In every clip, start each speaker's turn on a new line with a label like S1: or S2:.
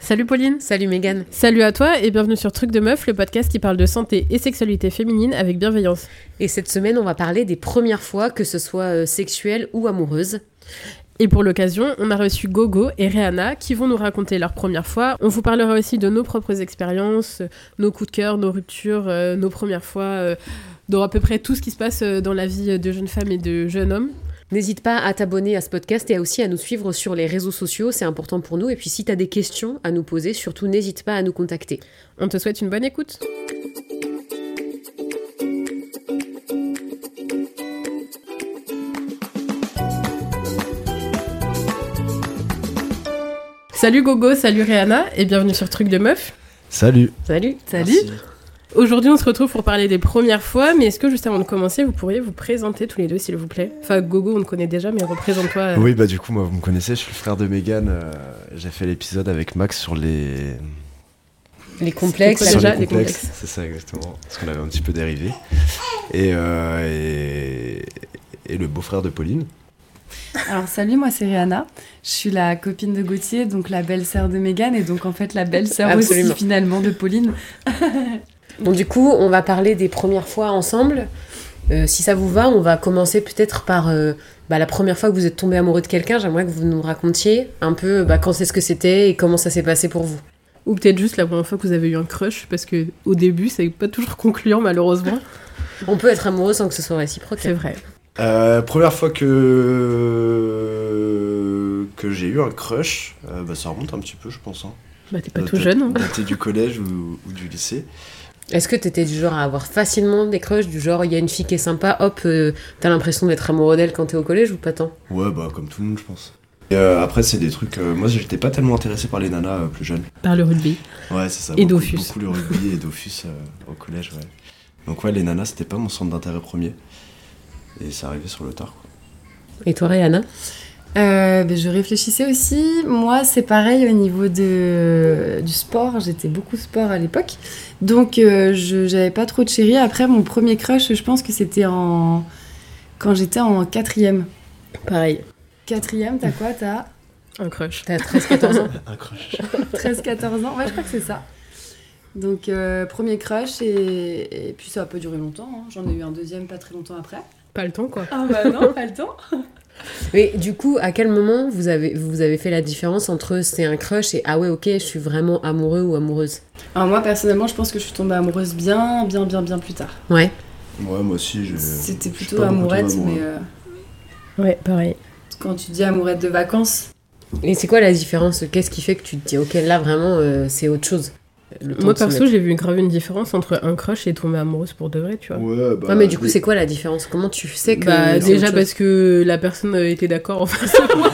S1: Salut Pauline.
S2: Salut Megan.
S1: Salut à toi et bienvenue sur Truc de Meuf, le podcast qui parle de santé et sexualité féminine avec bienveillance.
S2: Et cette semaine, on va parler des premières fois, que ce soit euh, sexuelle ou amoureuse.
S1: Et pour l'occasion, on a reçu Gogo et Rihanna qui vont nous raconter leur première fois. On vous parlera aussi de nos propres expériences, euh, nos coups de cœur, nos ruptures, euh, nos premières fois, euh, dans à peu près tout ce qui se passe euh, dans la vie de jeunes femmes et de jeunes hommes.
S2: N'hésite pas à t'abonner à ce podcast et à aussi à nous suivre sur les réseaux sociaux, c'est important pour nous. Et puis si tu as des questions à nous poser, surtout n'hésite pas à nous contacter.
S1: On te souhaite une bonne écoute. Salut Gogo, salut Rihanna et bienvenue sur Truc de Meuf.
S3: Salut.
S2: Salut.
S1: Salut. Aujourd'hui, on se retrouve pour parler des premières fois, mais est-ce que juste avant de commencer, vous pourriez vous présenter tous les deux, s'il vous plaît Enfin, Gogo, on te connaît déjà, mais représente-toi. euh,
S3: Oui, bah du coup, moi, vous me connaissez, je suis le frère de Megan. euh, J'ai fait l'épisode avec Max sur les,
S2: Les complexes.
S1: C'est
S3: sur
S1: déjà
S3: les
S1: des
S3: complexes.
S1: complexes.
S3: C'est ça, exactement. Parce qu'on avait un petit peu dérivé. Et, euh, et, et le beau-frère de Pauline.
S4: Alors salut, moi c'est Rihanna. Je suis la copine de Gauthier, donc la belle-sœur de Mégane et donc en fait la belle-sœur aussi
S2: Absolument.
S4: finalement de Pauline.
S2: Bon, du coup, on va parler des premières fois ensemble. Euh, si ça vous va, on va commencer peut-être par euh, bah, la première fois que vous êtes tombé amoureux de quelqu'un. J'aimerais que vous nous racontiez un peu bah, quand c'est ce que c'était et comment ça s'est passé pour vous.
S1: Ou peut-être juste la première fois que vous avez eu un crush, parce que au début, c'est pas toujours concluant, malheureusement.
S2: On peut être amoureux sans que ce soit réciproque.
S1: C'est vrai.
S3: Euh, première fois que, que j'ai eu un crush, euh, bah, ça remonte un petit peu, je pense. Hein.
S1: Bah, t'es pas
S3: Peut-être
S1: tout jeune. hein.
S3: daté du collège ou, ou du lycée.
S2: Est-ce que t'étais du genre à avoir facilement des crushs du genre il y a une fille qui est sympa, hop, euh, t'as l'impression d'être amoureux d'elle quand t'es au collège ou pas tant
S3: Ouais, bah comme tout le monde, je pense. Et euh, après, c'est des trucs. euh, moi, j'étais pas tellement intéressé par les nanas euh, plus jeunes.
S1: Par le rugby.
S3: Ouais, c'est ça.
S1: Et
S3: beaucoup,
S1: Dofus.
S3: Beaucoup le rugby et Dofus euh, au collège, ouais. Donc ouais, les nanas, c'était pas mon centre d'intérêt premier. Et ça arrivait sur le tard, quoi.
S2: Et toi Rihanna
S4: Euh, ben, je réfléchissais aussi. Moi c'est pareil au niveau de, du sport. J'étais beaucoup sport à l'époque. Donc euh, je j'avais pas trop de chérie. Après mon premier crush, je pense que c'était en... quand j'étais en quatrième.
S2: Pareil.
S4: Quatrième, t'as quoi T'as
S1: Un crush.
S2: T'as 13-14 ans
S4: 13-14 ans, ouais, je crois que c'est ça. Donc, euh, premier crush, et, et puis ça a pas duré longtemps. hein. J'en ai eu un deuxième pas très longtemps après.
S1: Pas le temps, quoi.
S4: Ah bah non, pas le temps.
S2: Mais du coup, à quel moment vous avez, vous avez fait la différence entre c'est un crush et ah ouais ok, je suis vraiment amoureux ou amoureuse
S4: Alors, Ah, moi, personnellement, je pense que je suis tombée amoureuse bien, bien, bien, bien plus tard.
S2: Ouais.
S3: Ouais, moi aussi, je.
S4: C'était
S3: je suis
S4: plutôt
S3: pas beaucoup
S4: amourette,
S3: tombé
S4: mais
S3: amoureux.
S4: euh,
S1: Ouais, pareil.
S4: quand tu dis amourette de vacances,
S2: Et c'est quoi la différence Qu'est-ce qui fait que tu te dis ok là vraiment euh, c'est autre chose Le temps
S1: Moi,
S2: de se
S1: perso,
S2: mettre.
S1: j'ai vu grave une différence entre un crush et tomber amoureuse pour de vrai, tu vois.
S3: Ouais, bah.
S2: Ouais mais du coup
S3: des-
S2: c'est quoi la différence Comment tu sais que
S1: Bah,
S2: c'est
S1: déjà
S2: autre chose
S1: parce que la personne euh, était d'accord en face de moi.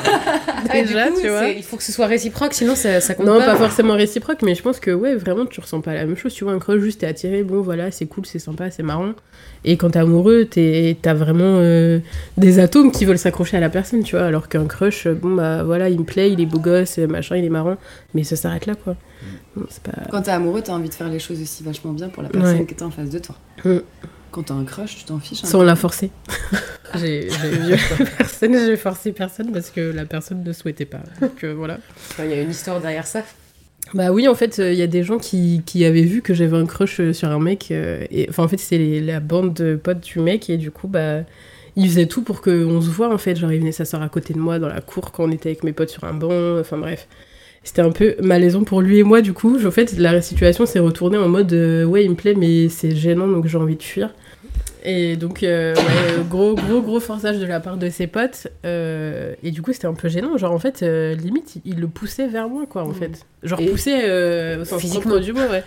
S2: Ah, du
S1: déjà,
S2: coup,
S1: tu vois.
S2: c'est- Il faut que ce soit réciproque sinon ça, ça compte
S1: Non, pas
S2: pas
S1: forcément réciproque, mais je pense que ouais, vraiment, tu ressens pas la même chose. Tu vois, un crush, juste t'es attiré, bon voilà, c'est cool, c'est sympa, c'est marrant. Et quand t'es amoureux, t'es- t'as vraiment euh, des atomes qui veulent s'accrocher à la personne, tu vois. Alors qu'un crush, euh, bon bah voilà, il me plaît, il est beau gosse, euh, machin, il est marrant, mais ça s'arrête là, quoi.
S2: Mm.
S1: Bon, c'est pas.
S4: quand t'es amoureux, t'as envie de faire les choses aussi vachement bien pour la personne
S1: Ouais.
S4: qui est en face de toi.
S1: Mm.
S4: Quand t'as un crush, tu t'en fiches. hein.
S1: Sans la forcer. j'ai j'ai vu personne, j'ai forcé personne parce que la personne ne souhaitait pas. Donc euh, voilà.
S2: Il y a une histoire derrière ça.
S1: Bah oui, en fait, il y a des gens qui, qui avaient vu que j'avais un crush euh, sur un mec. euh, et Enfin, en fait, c'est les- la bande de potes du mec. Et du coup, bah, ils faisaient tout pour qu'on se voit, en fait. Genre, ils venaient s'asseoir à côté de moi dans la cour quand on était avec mes potes sur un banc. Enfin, bref. C'était un peu malaisant pour lui et moi, du coup. En fait, la situation s'est retournée en mode euh, Ouais, il me plaît, mais c'est gênant, donc j'ai envie de fuir. Et donc, euh, ouais, gros, gros, gros forçage de la part de ses potes. euh, et du coup, c'était un peu gênant. Genre, en fait, euh, limite, il, il le poussait vers moi, quoi, en
S2: Mm.
S1: fait. Genre,
S2: Et-
S1: poussé euh, au sens
S2: Physiquement.
S1: propre du mot, ouais.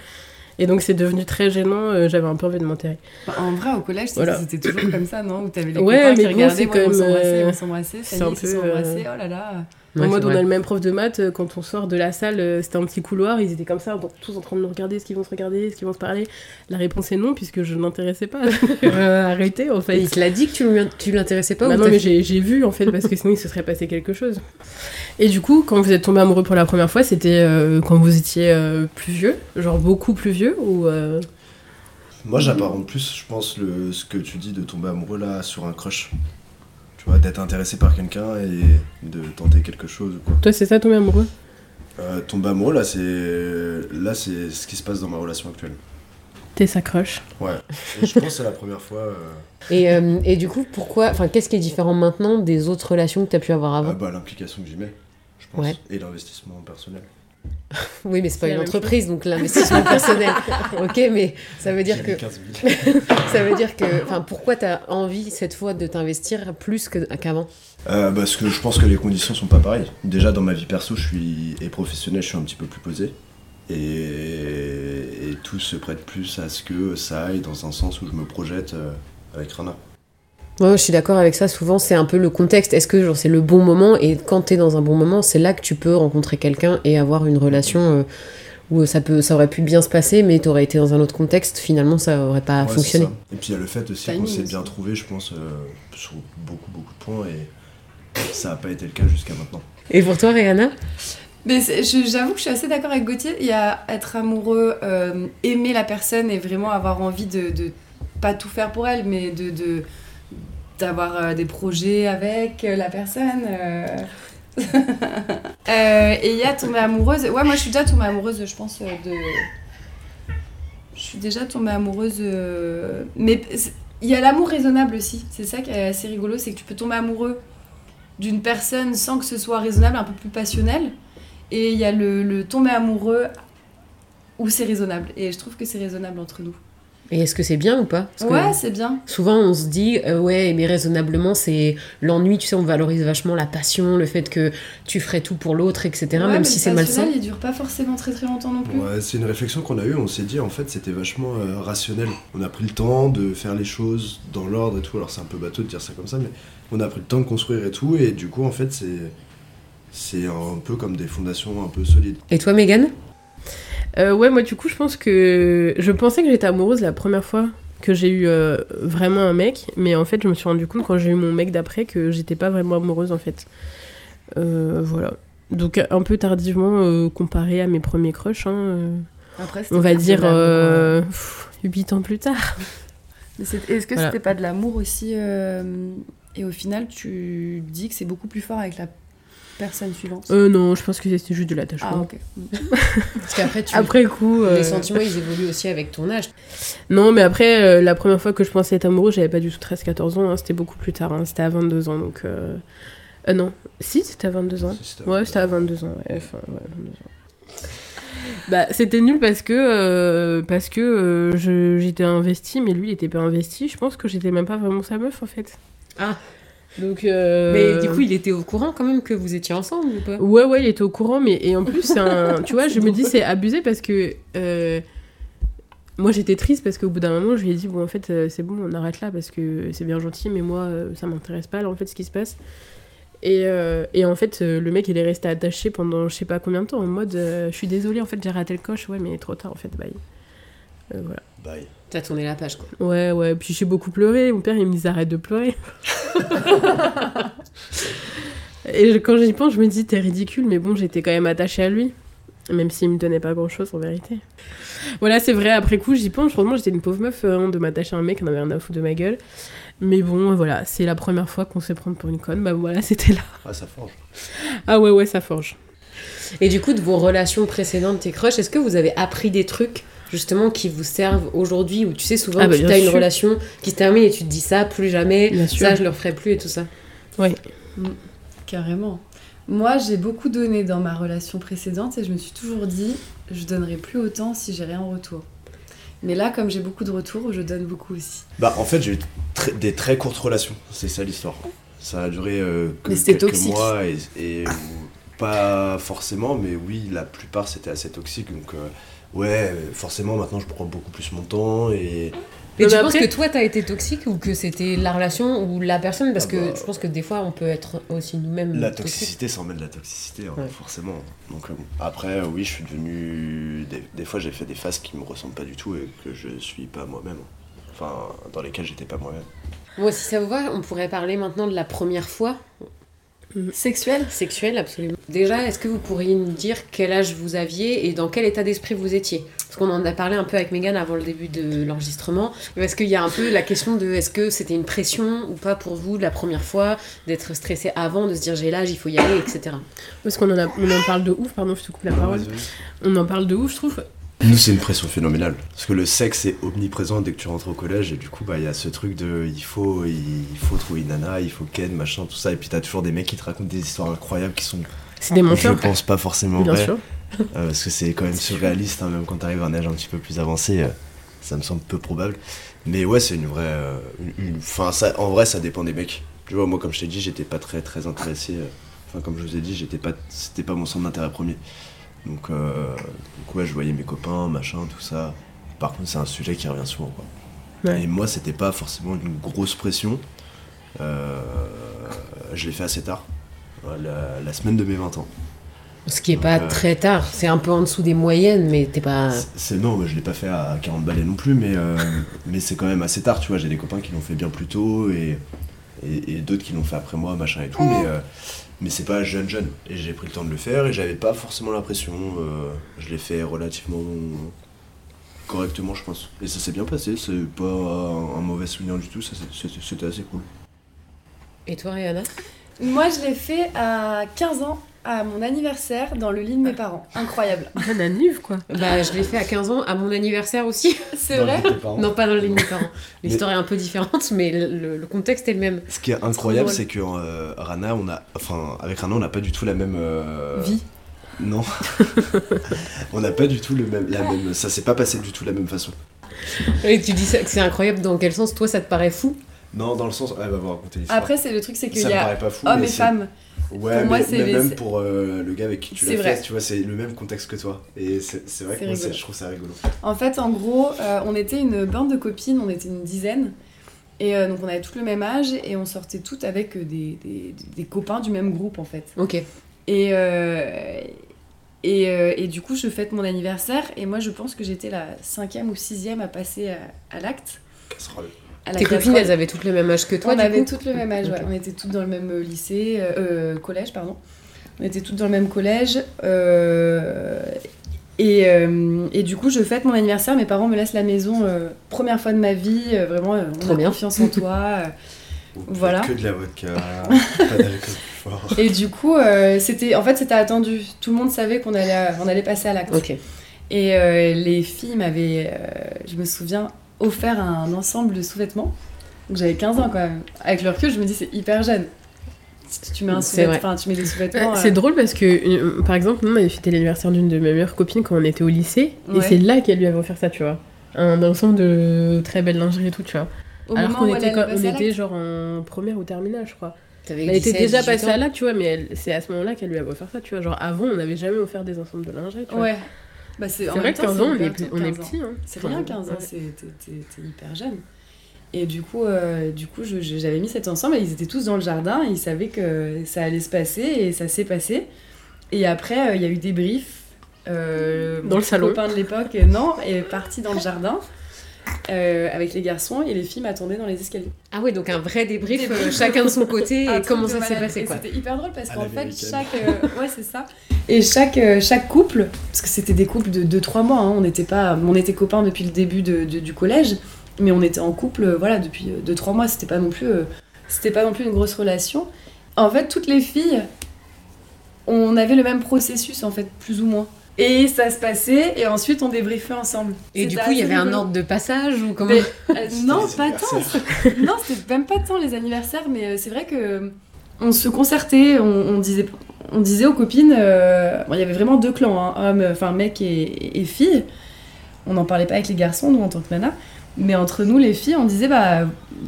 S1: Et donc, c'est devenu très gênant. euh, J'avais un peu envie de m'enterrer.
S4: Bah, En vrai, au collège, c'était
S1: Voilà.
S4: c'était toujours comme ça, non Où t'avais les
S1: Ouais,
S4: copains qui
S1: mais bon, c'est
S4: regardaient, ouais,
S1: quand
S4: on
S1: même,
S4: s'embrassait,
S1: euh,
S4: on s'embrassait,
S1: c'est
S4: ça
S1: un
S4: y est, ils se
S1: peu,
S4: sont
S1: euh,
S4: embrassés, oh là là
S1: En mode, on a le même prof de maths. euh, Quand on sort de la salle, euh, c'était un petit couloir. Ils étaient comme ça, bon, tous en train de nous regarder. Est-ce qu'ils vont se regarder Est-ce qu'ils vont se parler La réponse est non, puisque je n'intéressais pas. Euh, Arrêtez, en fait.
S2: il te l'a dit que tu lui- tu l'intéressais pas
S1: Bah
S2: ou
S1: non,
S2: t'as
S1: mais
S2: fait-
S1: j'ai j'ai vu en fait, parce que sinon il se serait passé quelque chose. Et du coup, quand vous êtes tombé amoureux pour la première fois, c'était euh, quand vous étiez euh, plus vieux, genre beaucoup plus vieux ou. euh,
S3: Moi, j'apparente plus, je pense, le, ce que tu dis de tomber amoureux là sur un crush. Tu vois, d'être intéressé par quelqu'un et de tenter quelque chose ou quoi.
S1: Toi, c'est ça, tomber amoureux
S3: Euh, tomber amoureux, là, c'est là, c'est ce qui se passe dans ma relation actuelle.
S1: T'es sa crush.
S3: Ouais. Et je pense que c'est la première fois. euh,
S2: Et, euh, et du coup, pourquoi, enfin, qu'est-ce qui est différent maintenant des autres relations que t'as pu avoir avant
S3: ah bah, l'implication que j'y mets, je pense.
S2: Ouais.
S3: Et l'investissement personnel.
S2: Oui, mais c'est
S1: C'est
S2: pas
S1: la
S2: une
S1: même
S2: entreprise, donc l'investissement personnel. Ok, mais ça veut dire
S3: J'ai
S2: que,
S3: mis 15 000.
S2: ça veut dire que, enfin, pourquoi t'as envie cette fois de t'investir plus que- qu'avant
S3: Euh, parce que je pense que les conditions sont pas pareilles. Déjà dans ma vie perso je suis et professionnelle, je suis un petit peu plus posé. Et, et tout se prête plus à ce que ça aille dans un sens où je me projette euh, avec Rana.
S2: Ouais, je suis d'accord avec ça. Souvent, c'est un peu le contexte. Est-ce que genre, c'est le bon moment Et quand t'es dans un bon moment, c'est là que tu peux rencontrer quelqu'un et avoir une relation euh, où ça peut, ça aurait pu bien se passer, mais t'aurais été dans un autre contexte. Finalement, ça aurait pas
S3: Ouais,
S2: fonctionné.
S3: c'est ça. Et puis il y a le fait aussi
S4: Timing
S3: qu'on s'est
S4: aussi.
S3: bien trouvé, je pense, euh, sur beaucoup beaucoup de points et ça n'a pas été le cas jusqu'à maintenant.
S2: Et pour toi, Rihanna
S4: Mais c'est- je- j'avoue que je suis assez d'accord avec Gauthier. Il y a être amoureux, euh, aimer la personne et vraiment avoir envie de, de pas tout faire pour elle, mais de, de- d'avoir euh, des projets avec euh, la personne. euh. Euh, et il y a tomber amoureuse. Ouais, moi je suis déjà tombée amoureuse, je pense, euh, de. Je suis déjà tombée amoureuse. euh, Mais c'est- il y a l'amour raisonnable aussi. C'est ça qui est assez rigolo, c'est que tu peux tomber amoureux d'une personne sans que ce soit raisonnable, un peu plus passionnel. Et il y a le, le tomber amoureux où c'est raisonnable. Et je trouve que c'est raisonnable entre nous.
S2: Et est-ce que c'est bien ou pas Parce que-
S4: ouais, c'est bien.
S2: Souvent, on se dit, euh, ouais, mais raisonnablement, c'est l'ennui, tu sais, on valorise vachement la passion, le fait que tu ferais tout pour l'autre, etc.,
S4: Ouais,
S2: même
S4: mais
S2: si
S4: le
S2: c'est malsain.
S4: passionnel, il dure pas forcément très très longtemps non plus.
S3: Ouais, c'est une réflexion qu'on a eue, on s'est dit en fait c'était vachement euh, rationnel. On a pris le temps de faire les choses dans l'ordre et tout, alors c'est un peu bateau de dire ça comme ça, mais on a pris le temps de construire et tout, et du coup en fait c'est, c'est un peu comme des fondations un peu solides.
S2: Et toi, Megan
S1: Euh, ouais, moi, du coup, je pense que. Je pensais que j'étais amoureuse la première fois que j'ai eu euh, vraiment un mec, mais en fait, je me suis rendu compte quand j'ai eu mon mec d'après que j'étais pas vraiment amoureuse, en fait. Euh, voilà. Donc, un peu tardivement euh, comparé à mes premiers crushs, hein, euh,
S4: Après, c'était
S1: on va
S4: pas de
S1: dire euh,
S4: l'amour, hein.
S1: 8 ans plus tard.
S4: Mais c'est- Est-ce que
S1: Voilà.
S4: c'était pas de l'amour aussi euh, Et au final, tu dis que c'est beaucoup plus fort avec la personne suivante.
S1: Euh, non, je pense que c'était juste de l'attachement.
S4: ah, ok.
S2: Parce qu'après, tu...
S1: Après coup. euh,
S2: les sentiments, ils évoluent aussi avec ton âge.
S1: Non, mais après, euh, la première fois que je pensais être amoureux, j'avais pas du tout 13-14 ans, hein, c'était beaucoup plus tard, hein, c'était à 22 ans, donc... euh, euh, non, si, c'était à 22 ans.
S3: Si, c'était à
S1: Ouais,
S3: 22
S1: c'était à 22 ans, ouais, enfin, ouais, 22 ans. Bah, c'était nul parce que, euh, parce que euh, je- j'étais investie, mais lui, il était pas investi, je pense que j'étais même pas vraiment sa meuf, en fait.
S2: Ah.
S1: Donc... euh,
S2: Mais du coup, il était au courant quand même que vous étiez ensemble ou pas
S1: Ouais, ouais, il était au courant, mais et en plus, c'est un... tu vois, je me dis, c'est abusé parce que. euh, Moi, j'étais triste parce qu'au bout d'un moment, je lui ai dit, bon, en fait, euh, c'est bon, on arrête là parce que c'est bien gentil, mais moi, euh, ça m'intéresse pas, là, en fait, ce qui se passe. Et, euh, et en fait, euh, le mec, il est resté attaché pendant je sais pas combien de temps, en mode, euh, je suis désolée, en fait, j'ai raté le coche, ouais, mais trop tard, en fait, bye. Euh, voilà.
S3: Bye.
S2: T'as tourné la page, quoi.
S1: Ouais, ouais, puis j'ai beaucoup pleuré. Mon père, il me disait arrête de pleurer. Et je- quand j'y pense, je me dis t'es ridicule, mais bon, j'étais quand même attachée à lui. Même s'il me donnait pas grand chose en vérité. Voilà, c'est vrai, après coup, j'y pense. Franchement, j'étais une pauvre meuf euh, hein, de m'attacher à un mec, on avait rien à foutre de ma gueule. Mais bon, voilà, c'est la première fois qu'on se fait prendre pour une conne. Bah voilà, c'était là.
S3: Ah, ça forge.
S1: Ah ouais, ouais, ça forge.
S2: Et du coup, de vos relations précédentes, tes crushs, est-ce que vous avez appris des trucs justement qui vous servent aujourd'hui Ou tu sais, souvent,
S1: Ah bah,
S2: tu
S1: bien
S2: as une
S1: sûr.
S2: relation qui se termine et tu te dis ça, plus jamais,
S1: Bien sûr.
S2: ça, je le referai plus et tout ça.
S4: Carrément. Moi, j'ai beaucoup donné dans ma relation précédente et je me suis toujours dit, je donnerai plus autant si j'ai rien en retour. Mais là, comme j'ai beaucoup de retours, je donne beaucoup aussi.
S3: Bah, en fait, j'ai eu tr- des très courtes relations, c'est ça l'histoire. Ça a duré euh, que
S4: Mais c'était
S3: quelques
S4: toxique.
S3: mois et, et ou- pas forcément, mais oui, la plupart c'était assez toxique. Donc, euh, ouais, forcément, maintenant je prends beaucoup plus mon temps et.
S2: Et
S1: Non,
S2: tu
S1: mais
S2: penses
S1: après-
S2: que toi, t'as été toxique ou que c'était la relation ou la personne Parce
S3: Ah
S2: que
S3: bah.
S2: je pense que des fois, on peut être aussi nous-mêmes
S3: La
S2: toxiques.
S3: toxicité, ça emmène de la toxicité, hein,
S2: Mmh. Ouais.
S3: forcément. Donc, euh, bon. Après, euh, oui, je suis devenu. Des, des fois, j'ai fait des phases qui me ressemblent pas du tout et que je suis pas moi-même. Enfin, dans lesquelles j'étais pas moi-même.
S2: Moi, si ça vous va, on pourrait parler maintenant de la première fois.
S1: Mm-hmm.
S4: Sexuel
S2: Sexuel, absolument. Déjà, est-ce que vous pourriez nous dire quel âge vous aviez et dans quel état d'esprit vous étiez Parce qu'on en a parlé un peu avec Megan avant le début de l'enregistrement. Mais Est-ce qu'il y a un peu la question de est-ce que c'était une pression ou pas pour vous la première fois d'être stressé avant, de se dire j'ai l'âge, il faut y aller, etc.
S1: Parce qu'on en, a- on en parle de ouf, pardon, je te coupe
S3: Ah,
S1: la parole. On en parle de ouf, je trouve.
S3: Nous, c'est une pression phénoménale. Parce que le sexe est omniprésent dès que tu rentres au collège. Et du coup, bah, il y a ce truc de il faut, il faut trouver une nana, il faut Ken, machin, tout ça. Et puis, t'as toujours des mecs qui te racontent des histoires incroyables qui sont,
S1: C'est des
S3: je
S1: menteurs,
S3: pense, pas forcément
S1: bien
S3: vraies.
S1: sûr.
S3: Euh, parce que c'est quand même surréaliste, hein, même quand t'arrives à un âge un petit peu plus avancé, euh, ça me semble peu probable. Mais ouais, c'est une vraie. euh, une- une- Enfin, ça, en vrai, ça dépend des mecs. Tu vois, moi, comme je t'ai dit, j'étais pas très très intéressé. euh, Enfin, comme je vous ai dit, j'étais pas, c'était pas mon centre d'intérêt premier. Donc, euh, donc ouais, je voyais mes copains, machin, tout ça. Par contre, c'est un sujet qui revient souvent, quoi.
S1: Ouais.
S3: Et moi, c'était pas forcément une grosse pression. Euh, je l'ai fait assez tard. Ouais, La, la semaine de mes 20 ans.
S2: Ce qui est
S3: Donc,
S2: pas
S3: euh,
S2: très tard, c'est un peu en dessous des moyennes, mais t'es pas.
S3: C'est- C'est non, je l'ai pas fait à 40 balais non plus, mais, euh, mais c'est quand même assez tard, tu vois. J'ai des copains qui l'ont fait bien plus tôt et, et, et d'autres qui l'ont fait après moi, machin et tout, mais, euh, mais c'est pas jeune, jeune. Et j'ai pris le temps de le faire et j'avais pas forcément l'impression. euh, je l'ai fait relativement correctement, je pense. Et ça s'est bien passé, c'est pas un, un mauvais souvenir du tout, ça, c'est- c'était c'était assez cool.
S2: Et toi, Rihanna
S4: Moi, je l'ai fait à 15 ans, à mon anniversaire, dans le lit
S3: Ah.
S4: de mes parents. Incroyable.
S1: Bonne anniv, quoi.
S2: Bah, je l'ai fait à 15 ans, à mon anniversaire aussi.
S4: C'est vrai
S3: Oh.
S2: Non, pas dans les parents. L'histoire est un peu différente, mais le, le contexte est le même.
S3: Ce qui est incroyable,
S2: drôle.
S3: c'est que euh, Rana, on a, enfin, avec Rana, on n'a pas du tout la même euh,
S4: Vie.
S3: Non. on n'a pas du tout le même, la même. Ça s'est pas passé du tout de la même façon.
S2: Et tu dis ça, que c'est incroyable, dans quel sens toi ça te paraît fou
S3: Non, dans le sens. bah, Elle va vous raconter l'histoire.
S4: Après, c'est le truc, c'est qu'il
S3: ça
S4: y
S3: me
S4: a
S3: paraît pas fou.
S4: hommes
S3: mais
S4: et
S3: c'est-
S4: femmes.
S3: Ouais,
S4: Pour
S3: mais,
S4: moi, c'est
S3: mais
S4: les-
S3: même
S4: c'est-
S3: pour euh, le gars avec qui tu
S4: C'est
S3: l'as
S4: vrai.
S3: fait, tu vois, c'est le même contexte que toi. Et c'est c'est vrai
S4: C'est
S3: que moi, c'est-
S4: rigolo.
S3: je trouve ça rigolo.
S4: En fait, en gros, euh, on était une bande de copines, on était une dizaine. Et euh, donc, on avait toutes le même âge et on sortait toutes avec euh, des, des- des copains du même groupe, en fait.
S2: Ok.
S4: Et, euh, et, euh, et du coup, je fête mon anniversaire. Et moi, je pense que j'étais la cinquième ou sixième à passer à, à l'acte.
S3: Casserole.
S4: à la
S2: Tes copines,
S4: casserole.
S2: elles avaient toutes le même âge que toi,
S4: on
S2: du
S4: avait
S2: coup
S4: toutes le même âge, ouais.
S2: Ok.
S4: on était toutes dans le même euh, lycée, euh, euh, collège, pardon. On était toutes dans le même collège. euh, et, euh, et du coup, je fête mon anniversaire, mes parents me laissent la maison, euh, première fois de ma vie, euh, vraiment, euh, on
S2: Trop
S4: a
S2: bien.
S4: confiance en toi. euh.
S3: Ou
S4: Voilà.
S3: Que de la vodka. pas d'alcool plus fort.
S4: Et du coup, euh, c'était, en fait, c'était attendu. Tout le monde savait qu'on allait, à- on allait passer à l'acte.
S2: Ok.
S4: Et euh, les filles m'avaient, euh, je me souviens, offert un ensemble de sous-vêtements. Donc j'avais 15 ans quand même. Avec le recul, je me dis c'est hyper jeune. Si tu mets un
S2: C'est
S4: sous-vêtement,
S2: vrai.
S4: enfin tu mets des
S1: Ouais,
S4: sous-vêtements.
S1: C'est
S4: euh,
S1: drôle parce que, euh, par exemple, nous, on avait fêté l'anniversaire d'une de mes meilleures copines quand on était au lycée,
S4: Ouais.
S1: et c'est là qu'elle lui avait offert ça, tu vois. Un ensemble de très belles lingeries et tout, tu vois.
S4: au
S1: Alors
S4: moment
S1: qu'on
S4: où elle
S1: était,
S4: allait
S1: quand- on
S4: passer à
S1: était genre en première ou terminale, je crois.
S2: T'avais
S1: Elle était
S2: 17,
S1: déjà
S2: 18
S1: passée
S2: ans.
S1: à là, tu vois, mais elle- c'est à ce moment-là qu'elle lui avait offert ça, tu vois. Genre avant, on n'avait jamais offert des ensembles de lingerie, tu
S4: l'acte.
S1: vois.
S4: Ouais. Bah, c'est en
S1: C'est vrai
S4: même
S1: que
S4: temps,
S1: 15 ans, on
S4: hyper
S1: est,
S4: tôt,
S1: on est
S4: 15 ans.
S1: petit. Hein.
S4: C'est rien 15 ans,
S1: Ouais.
S4: c'est t'es- t'es- t'es hyper jeune. Et du coup, euh, du coup je- je- j'avais mis cet ensemble et ils étaient tous dans le jardin, ils savaient que ça allait se passer et ça s'est passé. Et après, euh, il y a eu des briefs. euh,
S1: Dans
S4: mon
S1: le
S4: petit
S1: salon.
S4: copain de l'époque, euh, non, est parti dans le jardin euh, avec les garçons et les filles m'attendaient dans les escaliers.
S2: Ah ouais, donc un vrai débrief,
S4: Débrief.
S2: euh, chacun de son côté,
S4: Un
S2: et
S4: truc
S2: comment
S4: de
S2: ça s'est
S4: malade.
S2: passé
S4: Et
S2: quoi.
S4: C'était hyper drôle parce
S3: À
S4: qu'en fait,
S3: l'américaine.
S4: chaque. euh, ouais, c'est ça. Et chaque, euh, chaque couple, parce que c'était des couples de 2-3 mois, hein, on, était pas, on était copains depuis le début de- de- du collège, mais on était en couple euh, voilà, depuis 2-3 mois, c'était pas, non plus, euh, c'était pas non plus une grosse relation. En fait, toutes les filles, on avait le même processus, en fait, plus ou moins. Et ça se passait, et ensuite on débriefait ensemble.
S2: Et du
S4: C'était
S2: coup, il y
S4: assez
S2: avait un
S4: rigolo.
S2: ordre de passage ou comment
S4: Mais, euh, non,
S3: C'était les
S4: pas tant. non, c'était même pas tant les anniversaires, mais euh, c'est vrai que euh, on se concertait, on, on disait, on disait aux copines, euh, bon, il y avait vraiment deux clans, hein, hommes, enfin mec et, et filles. On n'en parlait pas avec les garçons, nous en tant que nana, mais entre nous les filles, on disait bah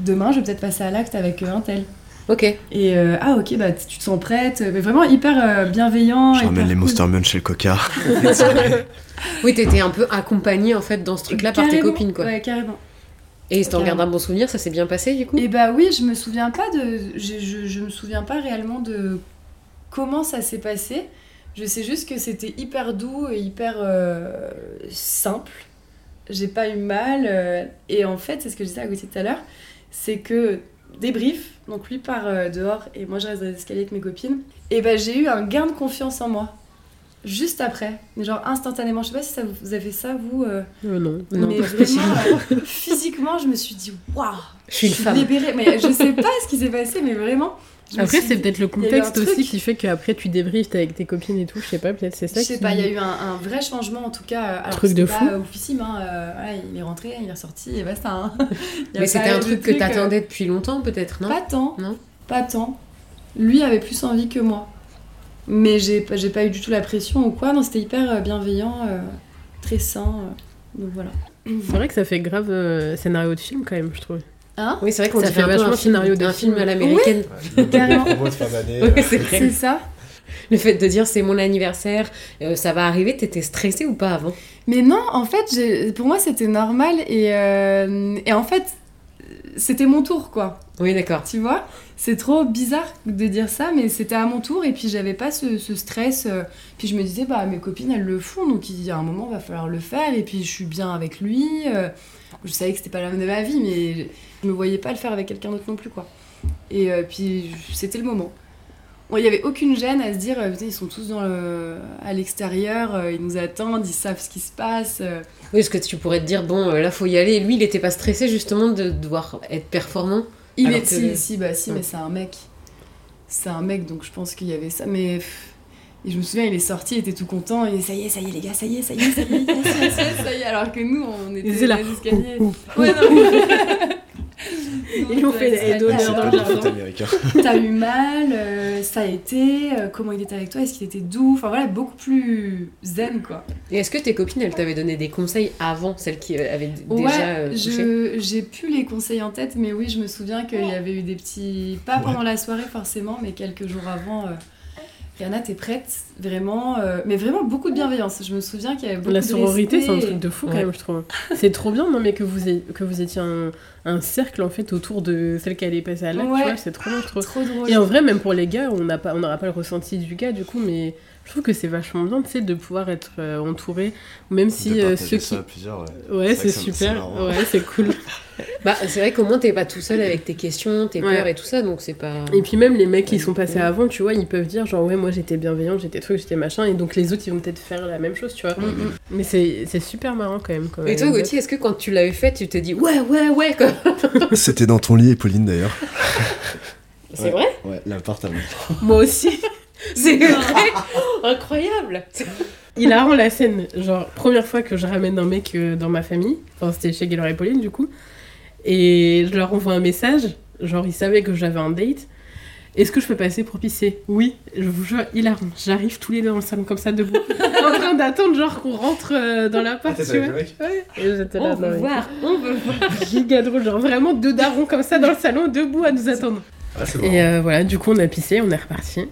S4: demain je vais peut-être passer à l'acte avec euh, un tel.
S2: Ok.
S4: Et euh, ah ok bah tu te sens prête, mais vraiment hyper euh, bienveillant.
S3: Je ramène
S4: hyper
S3: les
S4: cool.
S3: Monster Munch chez le coca.
S2: Oui, t'étais un peu accompagnée en fait dans ce truc-là par tes
S4: Carrément,
S2: copines quoi.
S4: Ouais carrément.
S2: Et si t'en
S4: Carrément.
S2: gardes un bon souvenir, ça s'est bien passé du coup
S4: Et bah oui, je me souviens pas de. Je, je, je me souviens pas réellement de comment ça s'est passé. Je sais juste que c'était hyper doux et hyper euh, simple. J'ai pas eu mal. euh, et en fait, c'est ce que je disais à Gauthier tout à l'heure c'est que débrief. Donc lui part euh, dehors et moi je reste dans les escaliers avec mes copines. Et ben j'ai eu un gain de confiance en moi. Juste après, mais genre instantanément. Je sais pas si ça vous, vous avez ça, vous. euh,
S1: Euh, non, non.
S4: mais vraiment, euh, physiquement, je me suis dit, waouh,
S2: Je suis une femme.
S4: libérée. Mais je sais pas ce qui s'est passé, mais vraiment. je me
S1: Après,
S4: suis
S1: c'est
S4: dit-
S1: peut-être le
S4: y a eu un
S1: contexte aussi
S4: truc.
S1: qui fait qu'après tu débriefes avec tes copines et tout. Je sais pas, peut-être c'est ça
S4: Je sais
S1: qui-
S4: pas, il y a eu un, un vrai changement en tout cas. euh, Alors
S1: Truc
S4: c'était
S1: de
S4: pas,
S1: fou.
S4: euh, oufissime, hein, euh, voilà, il est rentré, il est ressorti et basta. hein. Il y a
S2: Mais
S4: pas
S2: c'était un
S4: eu de
S2: truc que
S4: euh,
S2: t'attendais depuis longtemps, peut-être, non
S4: Pas tant.
S2: Non.
S4: Pas tant. Lui avait plus envie que moi. Mais j'ai pas- j'ai pas eu du tout la pression ou quoi. Non, c'était hyper euh, bienveillant, euh, très sain. euh, donc voilà.
S1: C'est vrai que ça fait grave euh, scénario de film quand même, je trouve.
S4: Hein
S2: Oui, c'est vrai
S1: Ça
S2: ça
S1: fait vachement scénario de
S2: un
S1: film.
S2: film à l'américaine.
S4: Carrément.
S3: Promo de fin d'année.
S2: Ouais,
S3: euh,
S2: c'est vrai.
S4: C'est ça
S2: Le fait de dire c'est mon anniversaire, euh, ça va arriver, t'étais stressée ou pas avant
S4: Mais non, en fait, j'ai- pour moi, c'était normal. Et, euh, et en fait, c'était mon tour, quoi.
S2: Oui, d'accord.
S4: Tu vois C'est trop bizarre de dire ça, mais c'était à mon tour. Et puis, j'avais pas ce, ce stress. euh, Puis, je me disais, bah, mes copines, elles le font. Donc, il y a un moment, va falloir le faire. Et puis, je suis bien avec lui. euh, Je savais que c'était pas l'homme de ma vie, mais je me voyais pas le faire avec quelqu'un d'autre non plus, quoi. Et euh, puis, c'était le moment. Bon, Il n'y avait aucune gêne à se dire, euh, Putain, ils sont tous dans le- à l'extérieur, euh, ils nous attendent, ils savent ce qui se passe. euh,
S2: Oui, parce que tu pourrais te dire, bon, euh, là, faut y aller. Lui, il était pas stressé, justement, de devoir être performant.
S4: Il
S2: Alors
S4: est
S2: que-
S4: si, si, bah si,
S2: Ouais.
S4: mais c'est un mec. C'est un mec, donc je pense qu'il y avait ça. Mais pff, et je me souviens, il est sorti, il était tout content. Et ça y est, ça y est, les gars, ça y est, ça y est, ça y est, yes, yes, yes, ça y est. Alors que nous, on
S1: Ils
S4: était
S1: étaient là,
S4: dans les escaliers.
S1: ouh,
S4: Ouais, non,
S1: Ils lui ont fait des
S4: aides
S1: haies d'honneur
S3: c'est
S1: dans
S3: pas
S1: le
S3: du
S1: jardin.
S3: foot américain.
S4: T'as eu mal, euh, ça a été, euh, comment il était avec toi, est-ce qu'il était doux Enfin voilà, beaucoup plus zen quoi.
S2: Et est-ce que tes copines, elles t'avaient donné des conseils avant, celles qui euh, avaient d- déjà euh,
S4: Ouais,
S2: couché
S4: je- j'ai plus les conseils en tête, mais oui, je me souviens qu'il y avait eu des petits. Pas
S3: Ouais.
S4: pendant la soirée forcément, mais quelques jours avant. euh, Rihanna, t'es prête Vraiment. euh, mais vraiment beaucoup de bienveillance. Je me souviens qu'il y avait beaucoup
S1: La
S4: de
S1: sororité, c'est un
S4: respect.
S1: truc de fou quand
S2: Ouais.
S1: même, je trouve. C'est trop bien, non mais que vous, ayez- que vous étiez un, un cercle en fait autour de celle qui allait passer à l'acte,
S4: Ouais.
S1: tu vois, c'est trop bien, je trouve.
S4: Trop drôle.
S1: Et en vrai, même pour les gars, on n'a pas, on n'aura pas le ressenti du gars du coup, mais je trouve que c'est vachement bien, tu sais, de pouvoir être euh, entouré, même si
S3: De
S1: euh,
S3: partager
S1: ceux qui.
S3: ça à plusieurs, ouais.
S1: Ouais,
S3: C'est vrai
S1: c'est
S3: que ça- c'est
S1: super,
S3: marrant.
S1: ouais, c'est cool.
S2: Bah, c'est vrai qu'au moins, t'es pas tout seul avec tes questions, tes
S1: Ouais.
S2: peurs et tout ça, donc c'est pas.
S1: Et puis même les mecs qui
S2: Ouais,
S1: sont passés
S2: ouais.
S1: avant, tu vois, ils peuvent dire genre ouais moi j'étais bienveillant, j'étais truc, j'étais machin, et donc les autres ils vont peut-être faire la même chose, tu vois. Mais c'est c'est super marrant quand même. Quand
S2: Mm, Et toi, Gauthier, est-ce que quand tu l'avais fait, tu t'es dit, ouais, ouais, ouais, quoi
S3: C'était dans ton lit, Pauline d'ailleurs.
S2: C'est
S3: Ouais.
S2: vrai
S3: Ouais, l'appartement.
S1: Moi aussi.
S2: C'est vrai Incroyable
S1: Il a la scène, genre première fois que je ramène un mec euh, dans ma famille, enfin c'était chez Gaylor et Pauline du coup, et je leur envoie un message, genre ils savaient que j'avais un date. Est-ce que je peux passer pour pisser Oui, je vous jure, hilarant. J'arrive tous les deux dans le salon comme ça debout, en train d'attendre genre qu'on rentre euh, dans
S3: Ah,
S1: l'appart, tu vois. Ouais. Et j'étais là,
S2: On
S1: non,
S2: veut
S1: mais-
S2: voir, on veut voir.
S1: giga drôle, genre vraiment deux darons comme ça dans le salon, debout à nous attendre.
S3: Ah, c'est
S1: Et
S3: bon.
S1: euh, voilà, du coup on a pissé, on est reparti.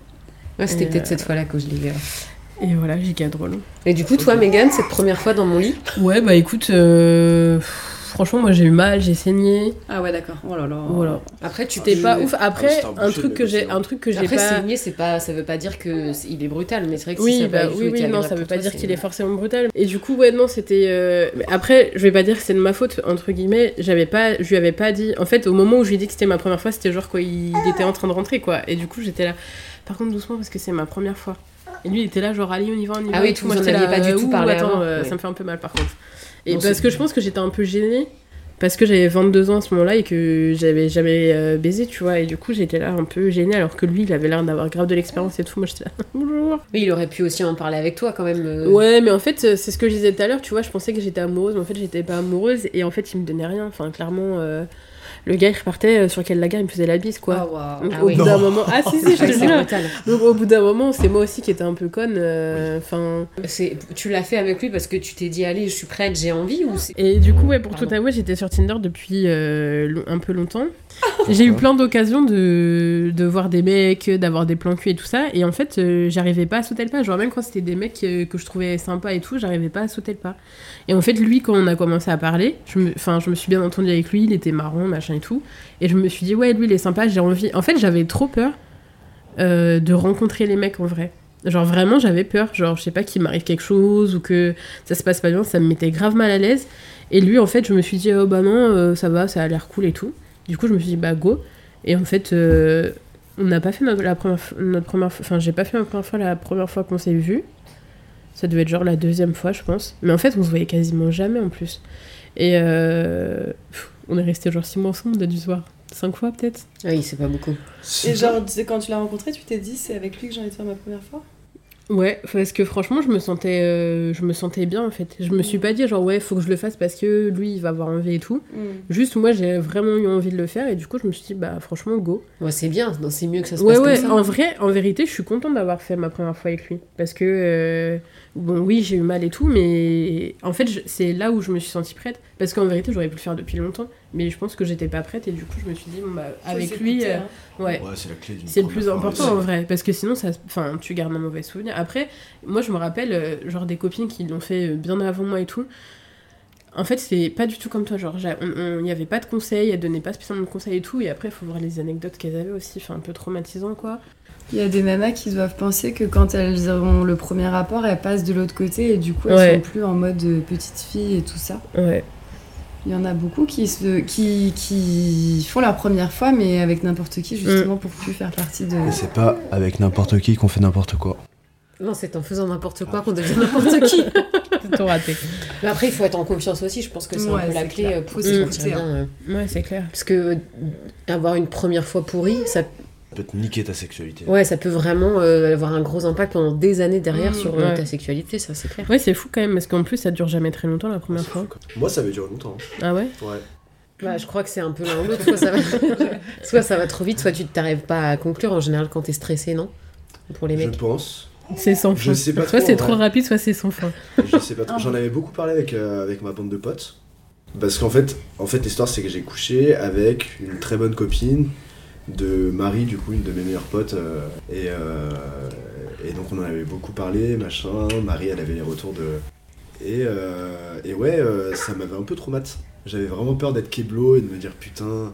S2: Ouais, c'était
S1: Et,
S2: peut-être
S1: euh,
S2: cette fois-là que je l'ai
S1: Et voilà, giga drôle.
S2: Et du coup, toi, Megan, cette première fois dans mon lit,
S1: Ouais, bah écoute, euh, pff, franchement, moi j'ai eu mal, j'ai saigné.
S4: Ah ouais, d'accord. Oh là là.
S1: Voilà.
S2: après, tu t'es
S1: C'était
S3: Ah,
S1: pas
S3: je-
S1: ouf. Après,
S3: c'était un
S1: un
S3: boucher,
S1: truc
S3: mais
S1: que j'ai
S3: bon,
S1: un truc que j'ai
S2: Après,
S1: pas.
S2: saigner, c'est pas, ça veut pas dire que c'est- il est brutal, mais c'est vrai que si
S1: Oui,
S2: ça
S1: bah,
S2: va
S1: oui, oui, non, ça veut pas dire qu'il est forcément brutal. Et du coup, ouais, non, c'était. euh, mais Après, je vais pas dire que c'est de ma faute, entre guillemets. J'avais pas, je lui avais pas dit. En fait, au moment où je lui ai dit que c'était ma première fois, c'était genre quand il était en train de rentrer, quoi. Et du coup, j'étais là. Par contre, doucement, parce que c'est ma première fois. Et lui, il était là, genre, allez, on y va, on y
S2: Ah
S1: va.
S2: oui,
S1: et tout.
S2: vous
S1: Moi,
S2: en
S1: j'étais là,
S2: aviez pas du tout
S1: ouh,
S2: parlé
S1: Attends,
S2: avant,
S1: euh,
S2: ouais.
S1: ça me fait un peu mal, par contre. Et
S2: Non,
S1: parce
S2: c'est-
S1: que je pense que j'étais un peu gênée. Parce que j'avais 22 ans à ce moment-là et que j'avais jamais euh, baisé, tu vois. Et du coup, j'étais là un peu gênée, alors que lui, il avait l'air d'avoir grave de l'expérience et tout. Moi, j'étais là, bonjour.
S2: Mais il aurait pu aussi en parler avec toi quand même. euh.
S1: Ouais, mais en fait, euh, c'est ce que je disais tout à l'heure, tu vois, je pensais que j'étais amoureuse, mais en fait, j'étais pas amoureuse, et en fait, il me donnait rien. Enfin, clairement, euh, le gars, il repartait euh, sur quel laga, il me faisait la bise, quoi.
S4: Ah,
S1: Donc,
S2: Ah
S1: au
S2: oui.
S1: bout d'un
S3: Non.
S1: moment. Ah, si, si,
S2: C'est
S1: je
S2: vrai
S1: te
S2: que c'est
S1: jure.
S2: brutal.
S1: Donc, au bout d'un moment, c'est moi aussi qui étais un peu conne. euh, Enfin.
S2: C'est- Tu l'as fait avec lui parce que tu t'es dit, allez, je suis prête, j'ai envie ou c'est-
S1: Et du coup, ouais, pour tout
S2: Pardon.
S1: avouer, j'étais sur Tinder depuis euh, lo- un peu longtemps. J'ai eu plein d'occasions de, de voir des mecs, d'avoir des plans cul et tout ça. Et en fait, euh, j'arrivais pas à sauter le pas. Genre, même quand c'était des mecs euh, que je trouvais sympas et tout, j'arrivais pas à sauter le pas. Et en fait, lui, quand on a commencé à parler, je me, enfin, je me suis bien entendue avec lui, il était marrant, machin et tout. Et je me suis dit, ouais, lui, il est sympa, j'ai envie. En fait, j'avais trop peur euh, de rencontrer les mecs en vrai. Genre, vraiment, j'avais peur. Genre, je sais pas qu'il m'arrive quelque chose ou que ça se passe pas bien, ça me mettait grave mal à l'aise. Et lui, en fait, je me suis dit, oh bah non, euh, ça va, ça a l'air cool et tout. Du coup, je me suis dit, bah go. Et en fait, euh, on n'a pas fait ma- la première, f- notre première fois. Enfin, j'ai pas fait ma première fois la première fois qu'on s'est vu. Ça devait être genre la deuxième fois, je pense. Mais en fait, on se voyait quasiment jamais en plus. Et euh, pff, on est resté genre six mois ensemble, on a dû se voir cinq fois peut-être.
S2: Oui, c'est pas beaucoup.
S1: euh,
S3: C'est
S5: Et genre, tu sais, quand tu l'as rencontré, tu t'es dit, c'est avec lui que j'ai envie de faire ma première fois
S1: Ouais, parce que franchement, je me sentais, euh, je me sentais bien en fait. Je me suis pas dit genre ouais, faut que je le fasse parce que lui, il va avoir envie et tout.
S4: Hmm.
S1: Juste moi, j'ai vraiment eu envie de le faire et du coup, je me suis dit bah franchement go.
S2: Ouais, c'est bien, non, c'est mieux que ça se
S1: Ouais
S2: passe
S1: ouais,
S2: comme ça.
S1: en vrai, en vérité, je suis contente d'avoir fait ma première fois avec lui parce que euh, bon oui, j'ai eu mal et tout, mais en fait, je- c'est là où je me suis sentie prête parce qu'en vérité, j'aurais pu le faire depuis longtemps, mais je pense que j'étais pas prête et du coup, je me suis dit bon bah avec lui,
S4: hein.
S2: hein.
S1: euh, ouais.
S3: Ouais, c'est la clé d'une
S1: C'est le
S3: première
S1: plus
S3: fois,
S1: important en
S3: ouais.
S1: vrai, parce que sinon, ça, enfin, tu gardes un mauvais souvenir. Après, moi, je me rappelle, euh, genre, des copines qui l'ont fait euh, bien avant moi et tout. En fait, c'est pas du tout comme toi, genre, j'a- on- on- il n'y avait pas de conseils, elles donnaient pas spécialement de conseils et tout, et après, il faut voir les anecdotes qu'elles avaient aussi, enfin, un peu traumatisant, quoi.
S4: Il y a des mamas qui doivent penser que quand elles ont le premier rapport, elles passent de l'autre côté et du coup elles
S1: Ouais.
S4: sont plus en mode euh, petite fille et tout ça.
S1: Ouais.
S4: Il y en a beaucoup qui, se, qui, qui font leur première fois, mais avec n'importe qui, justement, pour plus faire partie de.
S1: hein.
S3: Et c'est pas avec n'importe qui qu'on fait n'importe quoi.
S2: Non, c'est en faisant n'importe quoi qu'on devient n'importe qui.
S1: Tout raté.
S2: Mais après, il faut être en confiance aussi, je pense que c'est un
S4: Ouais,
S2: peu la
S4: c'est
S2: clé
S4: clair.
S2: euh, pour
S4: Faut
S2: se sentir
S4: s'écouter,
S2: bien. euh.
S1: Ouais, c'est clair.
S2: Parce que euh, avoir une première fois pourrie, ça,
S3: Ça peut te niquer ta sexualité.
S2: ouais, ça peut vraiment euh, avoir un gros impact pendant des années derrière
S1: Mmh,
S2: sur euh,
S1: ouais.
S2: ta sexualité, ça c'est clair.
S1: Ouais, c'est fou quand même, parce qu'en plus, ça dure jamais très longtemps la première
S3: C'est
S1: fois.
S3: fou, quoi. Moi, ça avait duré longtemps. hein.
S1: Ah ouais
S3: Ouais.
S2: Bah, je crois que c'est un peu l'un ou l'autre. Soit, ça va- soit ça va trop vite, soit tu t'arrives pas à conclure en général quand t'es stressé, non Pour les
S3: Je
S2: mecs.
S3: pense.
S1: C'est sans
S3: Je
S1: fin.
S3: sais pas
S1: soit
S3: trop,
S1: c'est
S3: ouais.
S1: trop rapide, soit c'est sans fin.
S3: Je sais pas trop. J'en avais beaucoup parlé avec, euh, avec ma bande de potes. Parce qu'en fait, en fait l'histoire, c'est que j'ai couché avec une très bonne copine de Marie, du coup, une de mes meilleures potes. euh, et, euh, et donc, on en avait beaucoup parlé, machin. Marie, elle avait les retours de. Et, euh, et ouais, euh, ça m'avait un peu traumatisé. J'avais vraiment peur d'être keblo et de me dire putain,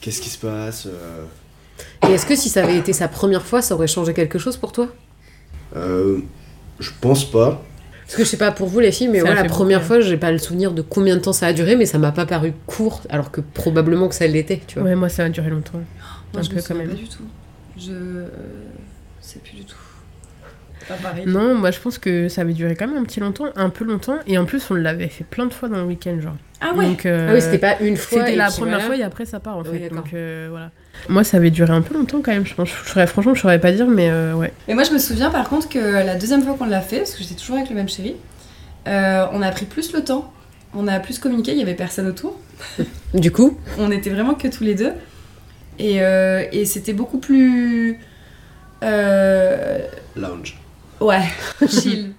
S3: qu'est-ce qui se passe euh,
S2: Et est-ce que si ça avait été sa première fois, ça aurait changé quelque chose pour toi
S3: euh, Je pense pas.
S2: Parce que je sais pas pour vous les filles, mais
S1: Ça
S2: voilà,
S1: fait
S2: la
S1: beaucoup,
S2: première
S1: hein.
S2: fois, j'ai pas le souvenir de combien de temps ça a duré, mais ça m'a pas paru court, alors que probablement que ça l'était, tu vois.
S1: Ouais, moi, ça a duré longtemps.
S4: Moi,
S1: Un
S4: je
S1: peu
S4: me
S1: quand
S4: souviens
S1: même.
S4: Pas du tout. Je. euh, sais plus du tout. Pas pareil.
S1: Non, moi je pense que ça avait duré quand même un petit longtemps, un peu longtemps, et en plus on l'avait fait plein de fois dans le week-end, genre.
S4: Ah ouais
S1: Donc, euh,
S2: Ah oui, c'était pas une fois.
S1: c'était
S2: et
S1: la
S2: puis
S1: première
S2: voilà.
S1: fois et après ça part en
S2: Oui,
S1: fait.
S2: d'accord.
S1: Donc euh, voilà. Moi ça avait duré un peu longtemps quand même, je pense. Je saurais- franchement, je saurais pas dire, mais euh, ouais.
S4: Mais moi, je me souviens par contre que la deuxième fois qu'on l'a fait, parce que j'étais toujours avec le même chéri, euh, on a pris plus le temps. On a plus communiqué, il y avait personne autour.
S2: Du coup,
S4: On était vraiment que tous les deux. Et, euh, et c'était beaucoup plus. euh,
S3: Lounge.
S4: Ouais, chill.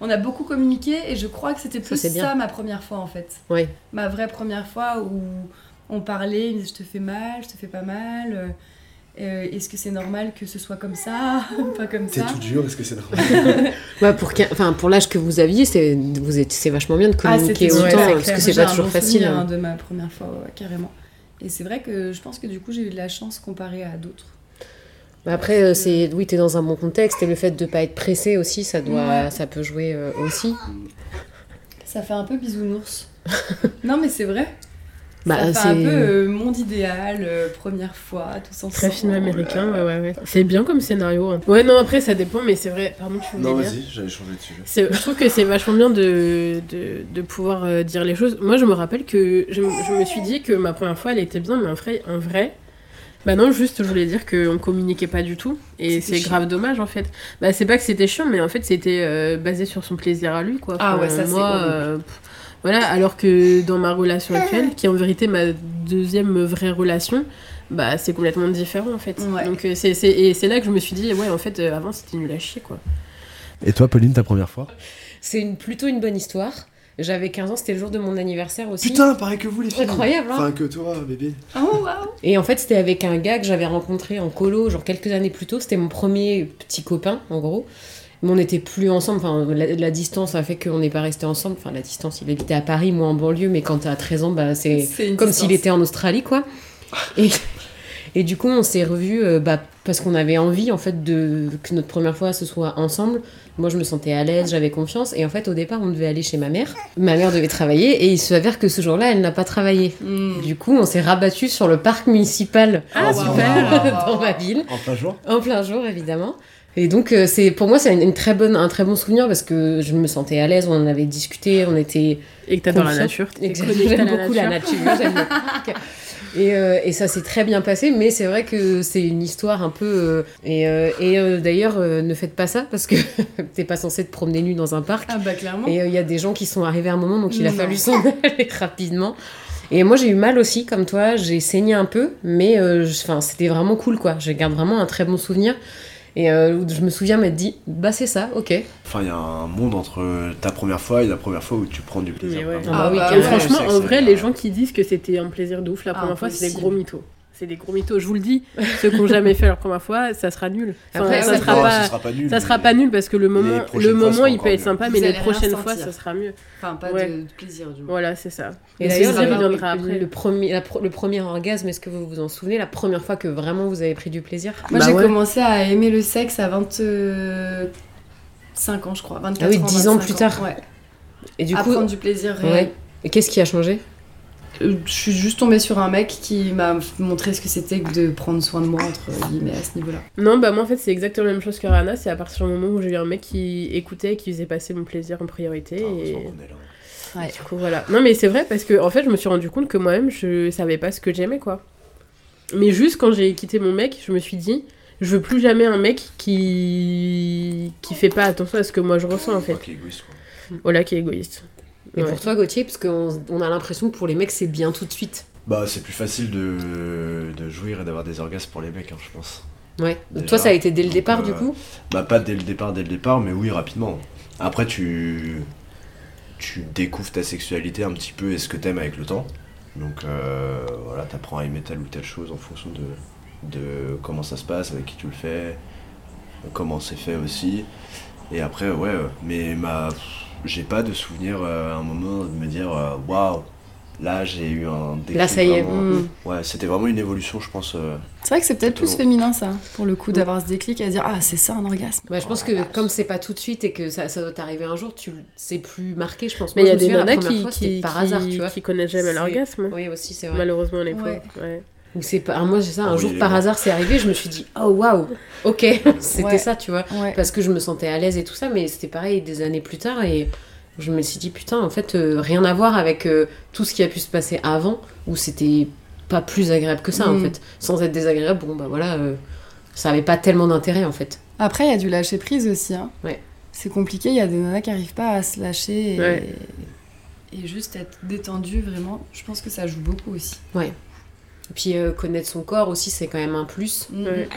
S4: on a beaucoup communiqué et je crois que c'était plus
S2: c'est
S4: ça,
S2: bien.
S4: ma première fois en fait.
S2: Oui.
S4: Ma vraie première fois où on parlait, il me disait, je te fais mal, je te fais pas mal. euh, euh, Est-ce que c'est normal que ce soit comme ça, pas comme
S3: T'es
S4: ça
S3: tout dur, est-ce que c'est normal
S2: bah, pour, qu'un- enfin, pour l'âge que vous aviez, c'est vous êtes- c'est vachement bien de communiquer
S4: Ah, c'était
S1: ouais,
S2: autant,
S1: c'est
S2: parce
S1: clair.
S2: que c'est pas
S4: Moi, j'ai un
S2: toujours
S4: bon
S2: facile.
S4: souvenir, hein,
S2: hein.
S4: de ma première fois, ouais, carrément. Et c'est vrai que je pense que du coup j'ai eu de la chance comparée à d'autres.
S2: Mais Après, euh, c'est oui, t'es dans un bon contexte, et le fait de pas être pressé aussi, ça doit,
S4: Ouais.
S2: ça peut jouer euh, aussi.
S4: Ça fait un peu bisounours. non mais c'est vrai.
S2: Bah,
S4: ça fait un
S2: c'est-
S4: peu euh, monde idéal, euh, première fois, tous ensemble.
S1: Très film américain, ouais, ouais, ouais. C'est bien comme scénario. hein. Ouais, non, après ça dépend, mais c'est vrai. Pardon, tu voulais
S3: Non,
S1: dire
S3: vas-y, j'allais changer de sujet.
S1: C'est- je trouve que c'est vachement bien de, de, de pouvoir euh, dire les choses. Moi, je me rappelle que je, m- je me suis dit que ma première fois, elle était bien, mais en vrai, en vrai bah non, juste, je voulais dire qu'on communiquait pas du tout. Et
S4: C'était
S1: c'est
S4: chiant.
S1: grave dommage, en fait. Bah, c'est pas que c'était chiant, mais en fait, c'était euh, basé sur son plaisir à lui, quoi.
S4: Ah ouais, ça, c'est
S1: moi,
S4: horrible.
S1: euh, pff, voilà, alors que dans ma relation actuelle, qui est en vérité ma deuxième vraie relation, bah c'est complètement différent, en fait.
S4: Ouais.
S1: Donc, euh, c'est c'est- et c'est là que je me suis dit, ouais, en fait, euh, avant, c'était nul à chier, quoi.
S3: Et toi, Pauline, ta première fois
S2: C'est une, plutôt une bonne histoire. J'avais 15 ans, c'était le jour de mon anniversaire aussi.
S3: Putain, pareil que vous, les filles
S2: Incroyable, hein
S3: Enfin, que toi, bébé
S4: Oh waouh
S2: Et en fait, c'était avec un gars que j'avais rencontré en colo, genre quelques années plus tôt. C'était mon premier petit copain, en gros. Mais on n'était plus ensemble. Enfin, la, la distance a fait qu'on n'est pas resté ensemble. Enfin, la distance, il habitait à Paris, moi en banlieue. Mais quand t'as 13 ans, bah, c'est
S4: C'est une
S2: comme
S4: distance.
S2: s'il était en Australie, quoi. Et, Et du coup, on s'est revus euh, bah, parce qu'on avait envie, en fait, de, que notre première fois, ce soit ensemble. Moi, je me sentais à l'aise, j'avais confiance. Et en fait, au départ, on devait aller chez ma mère. Ma mère devait travailler et il s'avère que ce jour-là, elle n'a pas travaillé.
S4: Hmm.
S2: Du coup, on s'est rabattu sur le parc municipal
S1: Ah,
S3: waouh,
S1: super
S3: waouh, waouh.
S2: dans ma ville.
S6: En plein jour
S2: En plein jour, évidemment. Et donc, euh, c'est pour moi, c'est une, une très bonne, un très bon souvenir parce que je me sentais à l'aise, on en avait discuté, on était.
S1: Et que t'adores la
S2: Confiant.
S1: nature.
S2: J'aime beaucoup la nature, j'aime le parc. Et, euh, et ça s'est très bien passé, mais c'est vrai que c'est une histoire un peu. euh, et euh, et, euh, d'ailleurs, euh, ne faites pas ça parce que t'es pas censé te promener nu dans un parc.
S4: Ah bah clairement.
S2: Et euh, il y a des gens qui sont arrivés à un moment, donc il a
S4: Non.
S2: fallu s'en aller rapidement. Et moi, j'ai eu mal aussi, comme toi, j'ai saigné un peu, mais euh, je- 'fin, c'était vraiment cool, quoi. Je garde vraiment un très bon souvenir. Et euh, je me souviens m'être dit, bah c'est ça, ok.
S6: Enfin, il y a un monde entre ta première fois et la première fois où tu prends du plaisir.
S1: Mais ouais.
S6: vraiment.
S2: Ah bah oui,
S1: Et
S2: Ouais,
S1: franchement,
S6: c'est-
S1: en
S6: c'est-
S1: vrai, les gens qui disent que c'était un plaisir de ouf la première fois, c'est des
S4: Impossible.
S1: gros mythos. C'est des gros mythos. Je vous le dis, ceux qui n'ont jamais fait leur première fois, ça sera nul. Enfin,
S2: Après,
S1: ça
S2: ouais,
S1: sera
S6: Bon,
S1: pas.
S6: ce sera pas nul.
S1: Ça sera
S6: mais-
S1: pas nul parce que le moment,
S6: prochaines
S1: le
S6: fois
S1: moment
S6: seront
S1: il peut
S6: encore
S1: être
S6: mieux.
S1: sympa, mais
S4: Vous
S1: les
S4: allez rien
S1: prochaines
S4: sentir.
S1: fois, ça sera mieux.
S4: Enfin, pas
S1: Ouais.
S4: de plaisir du moins.
S1: Voilà, c'est ça.
S2: Et
S1: Le
S2: d'ailleurs,
S1: plaisir, il
S2: la-
S1: viendra après.
S2: le premier, la pro- le premier orgasme, est-ce que vous vous en souvenez La première fois que vraiment vous avez pris du plaisir
S4: Moi,
S1: Bah
S4: j'ai
S1: ouais.
S4: commencé à aimer le sexe à 25 ans, je crois. 24
S2: Ah oui,
S4: ans,
S2: 10 ans
S4: 25
S2: plus tard.
S4: Ouais.
S2: Et du
S4: à
S2: coup,
S4: prendre du plaisir réel.
S2: ouais. Et qu'est-ce qui a changé
S4: Euh, Je suis juste tombée sur un mec qui m'a montré ce que c'était que de prendre soin de moi, entre guillemets, à ce niveau-là.
S1: Non, bah moi en fait c'est exactement la même chose que Rana, c'est à partir du moment où j'ai eu un mec qui écoutait et qui faisait passer mon plaisir en priorité.
S6: Ah, on
S1: et...
S6: sent qu'on est là.
S1: et du coup voilà. Non mais c'est vrai parce que en fait je me suis rendu compte que moi-même je savais pas ce que j'aimais quoi. Mais juste quand j'ai quitté mon mec, je me suis dit, je veux plus jamais un mec qui qui fait pas attention à ce que moi je ressens en fait.
S6: Ok, égoïste, quoi.
S1: Voilà qui est égoïste.
S2: Et
S1: Ouais.
S2: pour toi, Gauthier, parce qu'on on a l'impression que pour les mecs, c'est bien tout de suite.
S6: Bah, c'est plus facile de, de jouir et d'avoir des orgasmes pour les mecs, hein, je pense.
S2: Ouais. Donc,
S6: Déjà.
S2: toi, ça a été dès le
S6: Donc,
S2: départ, du
S6: euh,
S2: coup
S6: Bah, pas dès le départ, dès le départ, mais oui, rapidement. Après, tu. Tu découvres ta sexualité un petit peu et ce que t'aimes avec le temps. Donc, euh, voilà, t'apprends à aimer telle ou telle chose en fonction de, de comment ça se passe, avec qui tu le fais, comment c'est fait aussi. Et après, ouais, euh, mais ma. J'ai pas de souvenir euh, à un moment de me dire, euh, waouh, là j'ai eu un déclic
S2: Là, ça y est.
S6: vraiment.
S2: hmm.
S6: Ouais, c'était vraiment une évolution, je pense. euh,
S4: C'est vrai que c'est peut-être plus
S6: Exactement.
S4: féminin, ça, pour le coup, d'avoir ce déclic à dire Ah, c'est ça un orgasme.
S2: Bah, je pense que comme c'est pas tout de suite et que ça, ça doit t'arriver un jour, tu c'est plus marqué, je pense.
S1: Mais il
S2: Moi,
S1: y a
S2: je me
S1: des
S2: souviens, la
S1: nanas
S2: première
S1: qui,
S2: fois, c'était
S1: qui,
S2: par
S1: qui-
S2: hasard, tu vois.
S1: qui connaissent jamais
S2: C'est-
S1: l'orgasme.
S2: Oui, aussi, c'est vrai.
S1: Malheureusement, les pauvres.
S4: Ouais.
S1: ouais.
S2: Ou c'est pas... alors, moi, c'est ça, un
S6: Oui,
S2: jour
S6: les
S2: par
S6: gars.
S2: hasard, c'est arrivé, je me suis dit, oh waouh, ok, c'était
S4: Ouais.
S2: ça, tu vois.
S4: Ouais.
S2: Parce que je me sentais à l'aise et tout ça, mais c'était pareil des années plus tard et je me suis dit, putain, en fait, euh, rien à voir avec euh, tout ce qui a pu se passer avant où c'était pas plus agréable que ça, en
S4: Mm.
S2: fait. Sans être désagréable, bon, bah voilà, euh, ça avait pas tellement d'intérêt, en fait.
S4: Après, il y a du lâcher prise aussi. Hein.
S2: Ouais.
S4: C'est compliqué, il y a des nanas qui arrivent pas à se lâcher et,
S1: Ouais.
S4: et juste être détendu, vraiment. Je pense que ça joue beaucoup aussi.
S2: Et puis euh, connaître son corps aussi, c'est quand même un plus.
S1: Ouais.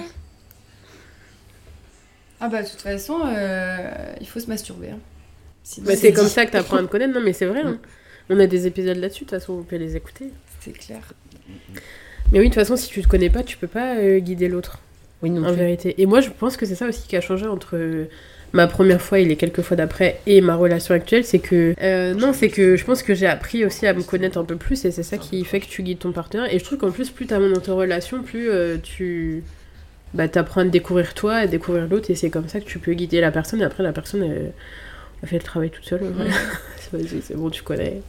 S4: Ah, bah, de toute façon, euh, il faut se masturber. hein. Sinon,
S1: Bah,
S2: C'est
S1: c'est comme
S2: dit.
S1: ça que t'apprends à te connaître, non mais c'est vrai. hein. On a des épisodes là-dessus, de toute façon, vous pouvez les écouter.
S4: C'est clair.
S1: Mais oui, de toute façon, si tu te connais pas, tu peux pas euh, guider l'autre,
S2: Oui, non
S1: en
S2: plus.
S1: vérité. Et moi, je pense que c'est ça aussi qui a changé entre euh, ma première fois et les quelques fois d'après et ma relation actuelle, c'est que... euh, non, c'est que je pense que j'ai appris aussi à me connaître un peu plus et c'est ça qui fait que tu guides ton partenaire. Et je trouve qu'en plus, plus t'as dans ta relation, plus euh, tu... Bah, t'apprends à te découvrir toi, à découvrir l'autre, et c'est comme ça que tu peux guider la personne, et après, la personne, elle, elle fait le travail toute seule. voilà. Vas-y, c'est bon, tu connais.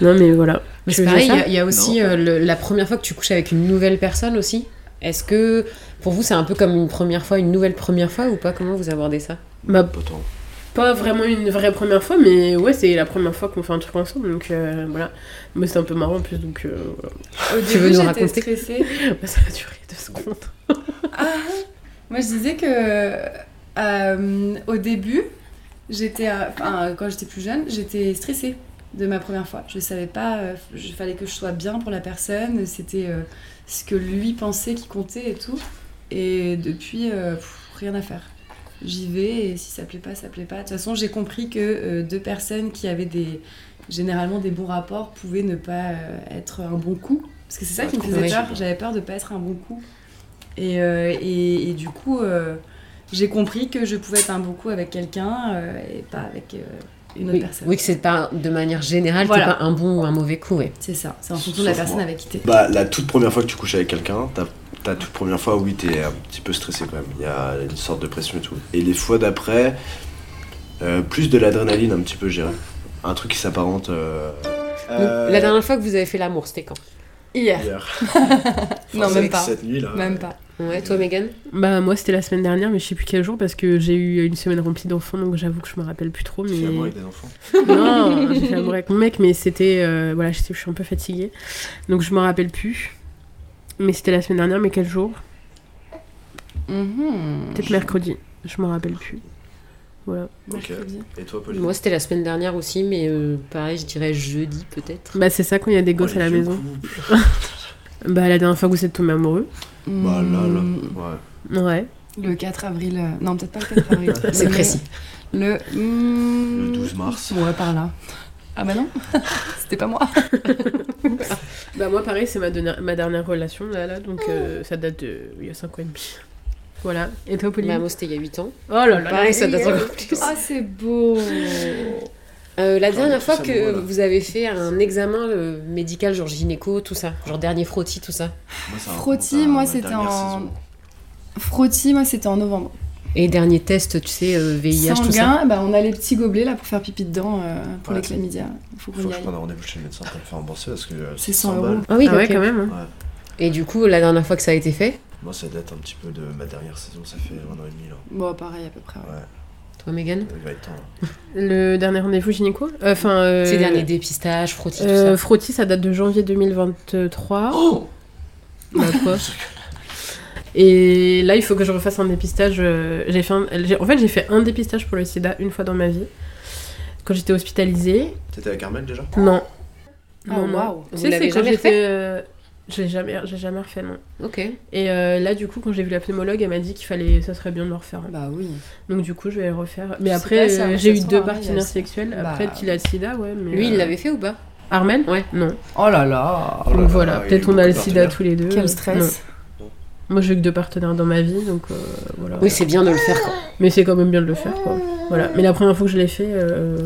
S1: Non, mais voilà.
S2: Mais
S1: Tu
S2: c'est
S1: veux
S2: pareil,
S1: dire
S2: il y
S1: ça
S2: a- il y, a aussi euh, le- la première fois que tu couches avec une nouvelle personne aussi. Est-ce que pour vous c'est un peu comme une première fois, une nouvelle première fois ou pas Comment vous abordez ça
S1: Bah,
S6: pas tant.
S1: pas vraiment une vraie première fois, mais ouais, c'est la première fois qu'on fait un truc ensemble, donc euh, voilà. Mais c'est un peu marrant en plus, donc euh,
S4: Au
S2: Tu veux nous
S4: début, j'étais
S2: raconter
S4: stressée. Ah,
S1: voilà. ça a duré deux secondes.
S4: Moi, je disais que euh, au début, j'étais, à- enfin, quand j'étais plus jeune, j'étais stressée de ma première fois. Je savais pas, euh, il fallait que je sois bien pour la personne. C'était euh, ce que lui pensait qui comptait et tout. Et depuis, euh, pff, rien à faire. J'y vais et si ça plaît pas, ça plaît pas. De toute façon, j'ai compris que euh, deux personnes qui avaient des généralement des bons rapports pouvaient ne pas euh, être un bon coup. Parce que c'est ça
S6: Ouais,
S4: qui me
S2: oui.
S4: faisait peur. J'avais peur de pas être un bon coup. Et, euh, et, et du coup, euh, j'ai compris que je pouvais être un bon coup avec quelqu'un euh, et pas avec euh, une autre
S2: Oui,
S4: personne.
S2: oui, que c'est pas de manière générale, c'est
S4: Voilà.
S2: pas un bon ou un mauvais coup, ouais.
S4: C'est ça, c'est en fonction de la
S6: Sauf
S4: personne
S6: moi.
S4: avec qui t'es.
S6: Bah, la toute première fois que tu couches avec quelqu'un, ta, ta toute première fois, oui, t'es un petit peu stressé quand même. Il y a une sorte de pression et tout. Et les fois d'après, euh, plus de l'adrénaline, un petit peu, je dirais. Un truc qui s'apparente. euh, euh,
S2: La dernière fois que vous avez fait l'amour, c'était quand
S4: Hier.
S6: hier.
S4: Non,
S6: Enfin,
S4: même
S6: cette-
S4: pas.
S6: Cette nuit, là.
S4: Même pas.
S2: Ouais, toi, Megan
S1: Bah moi c'était la semaine dernière mais je sais plus quel jour parce que j'ai eu une semaine remplie d'enfants donc j'avoue que je me rappelle plus trop mais
S6: Tu fais amour avec des enfants.
S1: non j'ai fait amour avec mon mec mais c'était euh, voilà je sais- je suis un peu fatiguée donc je me rappelle plus mais c'était la semaine dernière mais quel jour
S4: Mhm.
S1: peut-être mercredi je me rappelle plus voilà
S6: Ah.
S4: Mercredi.
S6: Et toi, Pauline
S2: Moi, c'était la semaine dernière aussi, mais euh, pareil, je dirais jeudi peut-être.
S1: bah c'est ça quand il y a des gosses
S6: Oh, les
S1: à la
S6: vieux
S1: maison
S6: couples.
S1: bah la dernière fois que vous êtes tombé amoureux
S6: Bah là, là.
S4: Mhm.
S6: Ouais.
S1: ouais
S4: Le 4 avril. euh, Non, peut-être pas le 4 avril.
S2: C'est
S4: Le-
S2: précis.
S4: Le.
S6: Le
S4: mhm,
S6: 12 mars.
S4: Ouais, par là. Ah bah non, c'était pas moi.
S1: bah moi pareil c'est ma, dena- ma dernière relation là là donc
S2: Ah.
S1: euh, ça date de il y a 5 ans et demi voilà et toi Pauline
S2: Bah, moi, c'était il y a 8 ans.
S1: oh là là là,
S2: Pareil, ça date
S1: hier.
S2: encore plus.
S4: Ah, c'est beau
S2: Euh,
S4: Ah,
S2: la
S6: on est
S2: dernière
S6: tous
S2: fois que
S6: amoureux, là.
S2: vous avez fait un examen euh, médical, genre gynéco, tout ça, genre dernier frottis, tout ça.
S6: Moi, ça
S4: Frottis,
S6: remonte à
S4: moi,
S6: ma
S4: c'était
S6: dernière
S4: en-
S6: saison.
S4: Frotti, moi, c'était en novembre.
S2: Et dernier test, tu sais, euh, VIH, tout ça.
S4: Sanguin, bah, on a les petits gobelets là pour faire pipi dedans euh, pour
S6: Ouais.
S4: les chlamydia. Faut qu'on
S6: Faut
S4: y
S6: que je
S4: aille.
S6: prenne un rendez-vous chez le médecin pour le faire rembourser parce que. euh,
S4: C'est
S6: 100
S4: 100 euros.
S6: balles.
S2: Ah oui,
S1: ah ouais
S2: ok.
S1: quand même hein.
S6: Ouais.
S2: Et du coup, la dernière fois que ça a été fait,
S6: Moi, ça date un petit peu de ma dernière saison, ça fait un an et demi là.
S4: Bon, pareil à peu près. ouais.
S6: Ouais,
S2: toi, Megan
S6: il va être temps. là.
S1: Le dernier rendez-vous gynéco Euh, Enfin. euh,
S2: Ces derniers dépistages, frottis,
S1: euh,
S2: tout ça.
S1: Frottis, ça date de janvier 2023.
S6: Oh
S1: Bah, quoi. Et là, il faut que je refasse un dépistage. euh, J'ai fait un- j'ai- En fait, j'ai fait un dépistage pour le sida une fois dans ma vie. Quand j'étais hospitalisée.
S6: T'étais à Carmel déjà
S1: Non.
S4: Ah,
S1: Non, non.
S4: waouh.
S1: Tu
S2: Vous
S1: sais,
S2: l'avez
S1: c'est quand
S2: jamais
S1: j'étais. euh, J'ai jamais, j'ai jamais refait, non.
S2: Ok.
S1: Et euh, là, du coup, quand j'ai vu la pneumologue, elle m'a dit qu'il fallait, ça serait bien de le refaire.
S4: Bah oui.
S1: Donc, du coup, je vais le refaire. Mais
S4: sais
S1: après,
S4: pas, ça-
S1: euh,
S4: ça
S1: j'ai eu
S4: se
S1: deux
S4: trouve, Armel, il a
S1: partenaires
S4: le sida.
S1: sexuels.
S4: Bah,
S1: Après, qu'il a le sida, ouais. mais,
S2: Lui, il
S1: euh,
S2: l'avait fait ou pas
S1: Armel
S2: Ouais.
S1: Non.
S4: Oh là là Euh,
S6: Oh là
S1: Donc
S6: là,
S1: voilà,
S6: il
S1: peut-être
S6: y a eu
S1: on a
S6: beaucoup
S1: le
S6: de
S1: sida
S6: partenaires.
S1: tous les deux.
S4: Quel
S1: Non.
S4: stress
S1: Moi j'ai que deux partenaires dans ma vie, donc euh, voilà.
S2: Oui, c'est bien de le faire quand.
S1: Mais c'est quand même bien de le faire, quoi. Voilà. Mais la première fois que je l'ai fait, euh,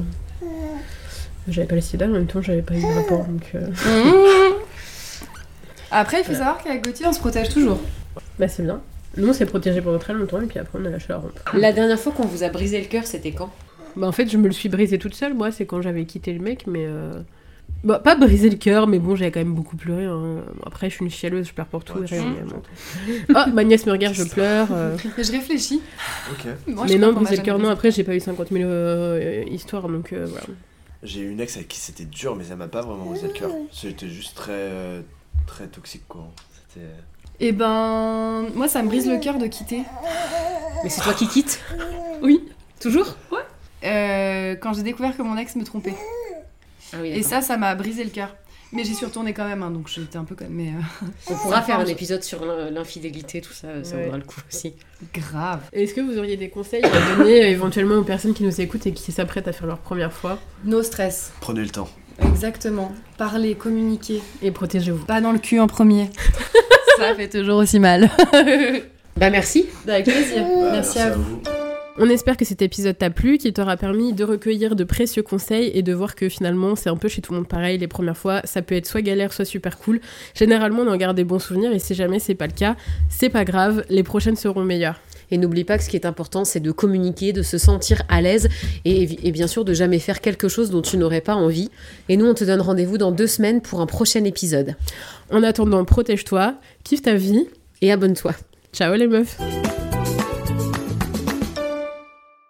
S1: j'avais pas le sida, mais en même temps j'avais pas eu de rapport, donc euh,
S2: Mmh.
S4: Mhm. Après, il faut savoir qu'avec Gauthier, on se protège toujours.
S1: bah c'est bien. Nous on s'est protégés pendant très longtemps et puis après on a lâché la rampe.
S2: La dernière fois qu'on vous a brisé le cœur, c'était quand
S1: Bah en fait je me le suis brisé toute seule, moi c'est quand j'avais quitté le mec, mais euh, bah pas brisé le cœur, mais bon j'avais quand même beaucoup pleuré. hein. Après je suis une chialeuse, je pleure pour tout.
S6: Ouais, tu-
S1: régulièrement. oh ma nièce me regarde, je pleure. euh.
S4: Mais je réfléchis.
S6: Ok.
S4: Moi, je
S1: mais non
S4: crois qu'on m'a
S1: briser le
S4: jamais
S1: cœur, non.
S4: brisé.
S1: Après j'ai pas eu 50 000 euh, histoires, donc euh, voilà.
S6: J'ai eu une ex avec qui c'était dur, mais elle m'a pas vraiment brisé le cœur. C'était juste très. euh, très toxique quoi. C'était. euh,
S4: Eh ben, moi, ça me brise le cœur de quitter.
S2: Mais c'est toi qui quittes
S4: Oui.
S2: Toujours
S4: Euh, quand j'ai découvert que mon ex me trompait.
S2: Ah oui,
S4: Et
S2: d'accord.
S4: ça, ça m'a brisé le cœur. Mais j'y suis retournée quand même, hein, donc j'étais un peu comme. Mais euh,
S2: On pourra faire un épisode sur l'in- l'infidélité, tout ça, ça
S1: Ouais.
S2: vaudra le coup aussi.
S4: grave.
S1: Est-ce que vous auriez des conseils à donner euh, éventuellement aux personnes qui nous écoutent et qui s'apprêtent à faire leur première fois
S4: No stress.
S6: Prenez le temps.
S4: Exactement. Parler, communiquer.
S1: Et protégez-vous.
S4: Pas dans le cul en premier. ça fait toujours aussi mal.
S2: Bah merci
S4: Avec plaisir.
S6: Bah,
S4: merci, à vous.
S1: On espère que cet épisode t'a plu, qu'il t'aura permis de recueillir de précieux conseils et de voir que finalement c'est un peu chez tout le monde pareil les premières fois, ça peut être soit galère soit super cool. Généralement on en garde des bons souvenirs et si jamais c'est pas le cas, c'est pas grave, les prochaines seront meilleures.
S2: Et n'oublie pas que ce qui est important, c'est de communiquer, de se sentir à l'aise et, et bien sûr de jamais faire quelque chose dont tu n'aurais pas envie. Et nous, on te donne rendez-vous dans deux semaines pour un prochain épisode.
S1: En attendant, protège-toi, kiffe ta vie,
S2: Et abonne-toi.
S1: ciao les meufs.